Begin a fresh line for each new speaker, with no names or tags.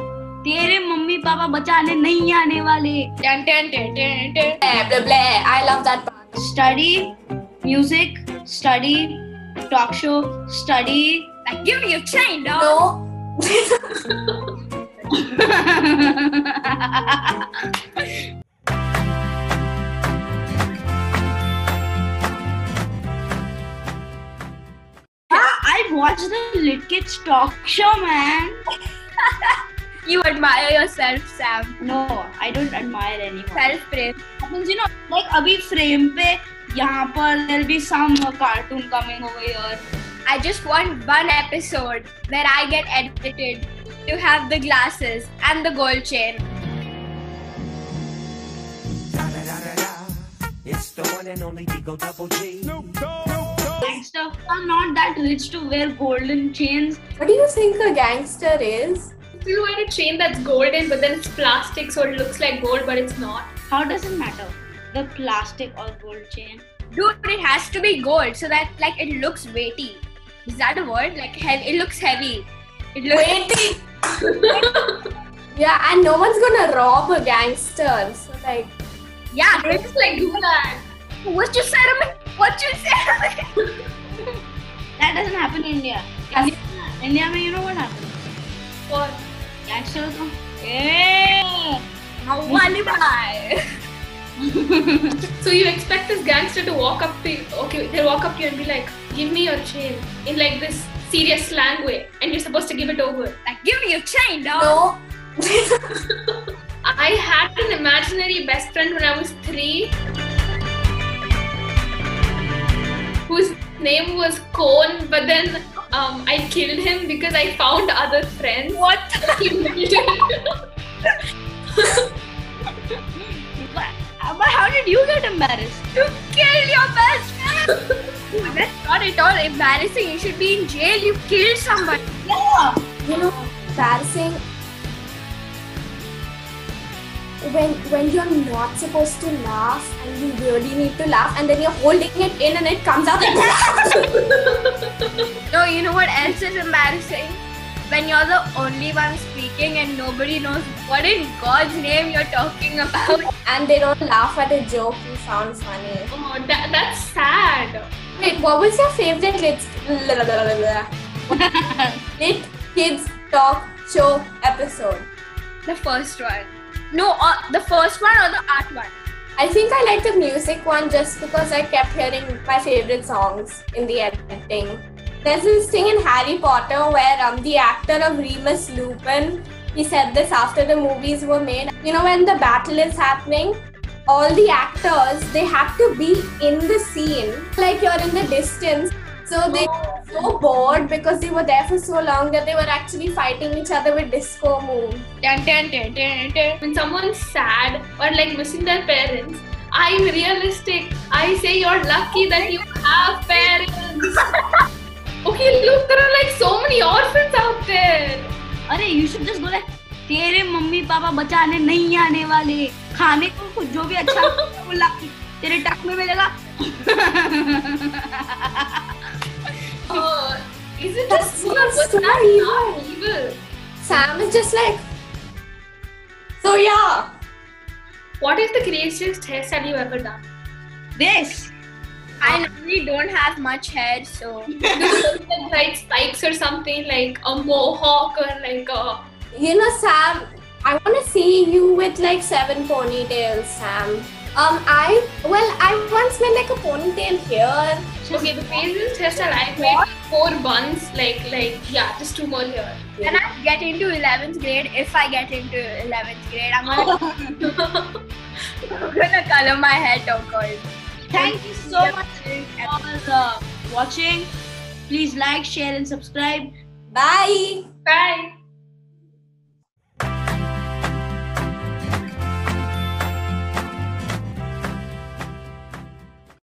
तेरे mummy papa बचाने नहीं आने वाले
Ten, ten, ten, ten, ten.
Blah, blah, blah. I love that part.
study music, study talk show, study.
Like, give me a chain, dog.
No.
I watched the Lit Kids talk show, man.
You admire yourself, Sam.
No, I don't admire anyone.
Self praise.
happens, you know, like अभी frame पे यहाँ पर there'll be some cartoon coming over here.
I just want one episode where I get edited to have the glasses and the gold chain.
It's the one and only Digo Double G.
Gangsters are not that rich to wear golden chains.
What do you think a gangster is?
Do you want a chain that's golden but then it's plastic so it looks like gold but it's not?
How does it matter? The plastic or gold chain?
Dude, it has to be gold so that like it looks weighty. Is that a word? Like heavy. It looks heavy. It looks.
Waiting. yeah, and no one's gonna rob a gangster. So like,
Yeah.
It looks like that.
What you said, Amit? What you said? Amit?
That doesn't happen in India. India, India में you know what happens?
What?
Gangsters come. Hey!
How Malibai.
So you expect this gangster to walk up to you, okay, they'll walk up to you and be like, give me your chain in like this serious slang way and you're supposed to give it over.
Like, give me your chain, dog.
no.
I had an imaginary best friend when I was three whose name was Cone, but then um, I killed him because I found other friends. What? He melted.
But, but how did you get embarrassed?
You killed your best friend. That's not at all embarrassing. You should be in jail. You killed somebody.
you know, embarrassing. When when you're not supposed to laugh and you really need to laugh and then you're holding it in and it comes out.
No, you know what else is embarrassing? When you're the only one speaking and nobody knows what in God's name you're talking about.
and they don't laugh at a joke you found funny.
Oh, that, that's sad.
Wait, what was your favorite kids? Lit kids talk show episode.
The first one. No, uh, the first one or the art one?
I think I like the music one just because I kept hearing my favorite songs in the editing. There's this thing in Harry Potter where um, the actor of Remus Lupin, he said this after the movies were made. You know, when the battle is happening, all the actors, they have to be in the scene, like you're in the distance. So they were so bored because they were there for so long that they were actually fighting each other with disco moves.
Dun, dun, dun, dun, dun.
When someone's sad or like missing their parents, I'm realistic. I say you're lucky that you have parents. okay, look, there are like so many orphans out there.
अरे you should just go like तेरे mummy papa बचाने नहीं आने वाले खाने को कुछ जो भी अच्छा लगता है वो ला के तेरे टक में मिलेगा
Uh, isn't
That's
this
so-
was
so
that
evil.
not evil?
Sam is just like, so yeah.
What is the craziest hairstyle you've ever done?
this
I normally don't have much hair, so.
Do you like write spikes or something like a mohawk or like a
You know, Sam, I want to see you with like seven ponytails, Sam. Um, I, well, I once made like a ponytail here.
okay the craziest hairstyle I've made like four buns like like yeah just two more here.
When I get into 11th grade, if I get into 11th grade, I'm gonna, I'm gonna color my hair turquoise.
thank you so much for uh, watching please like share and subscribe
Bye.
Bye.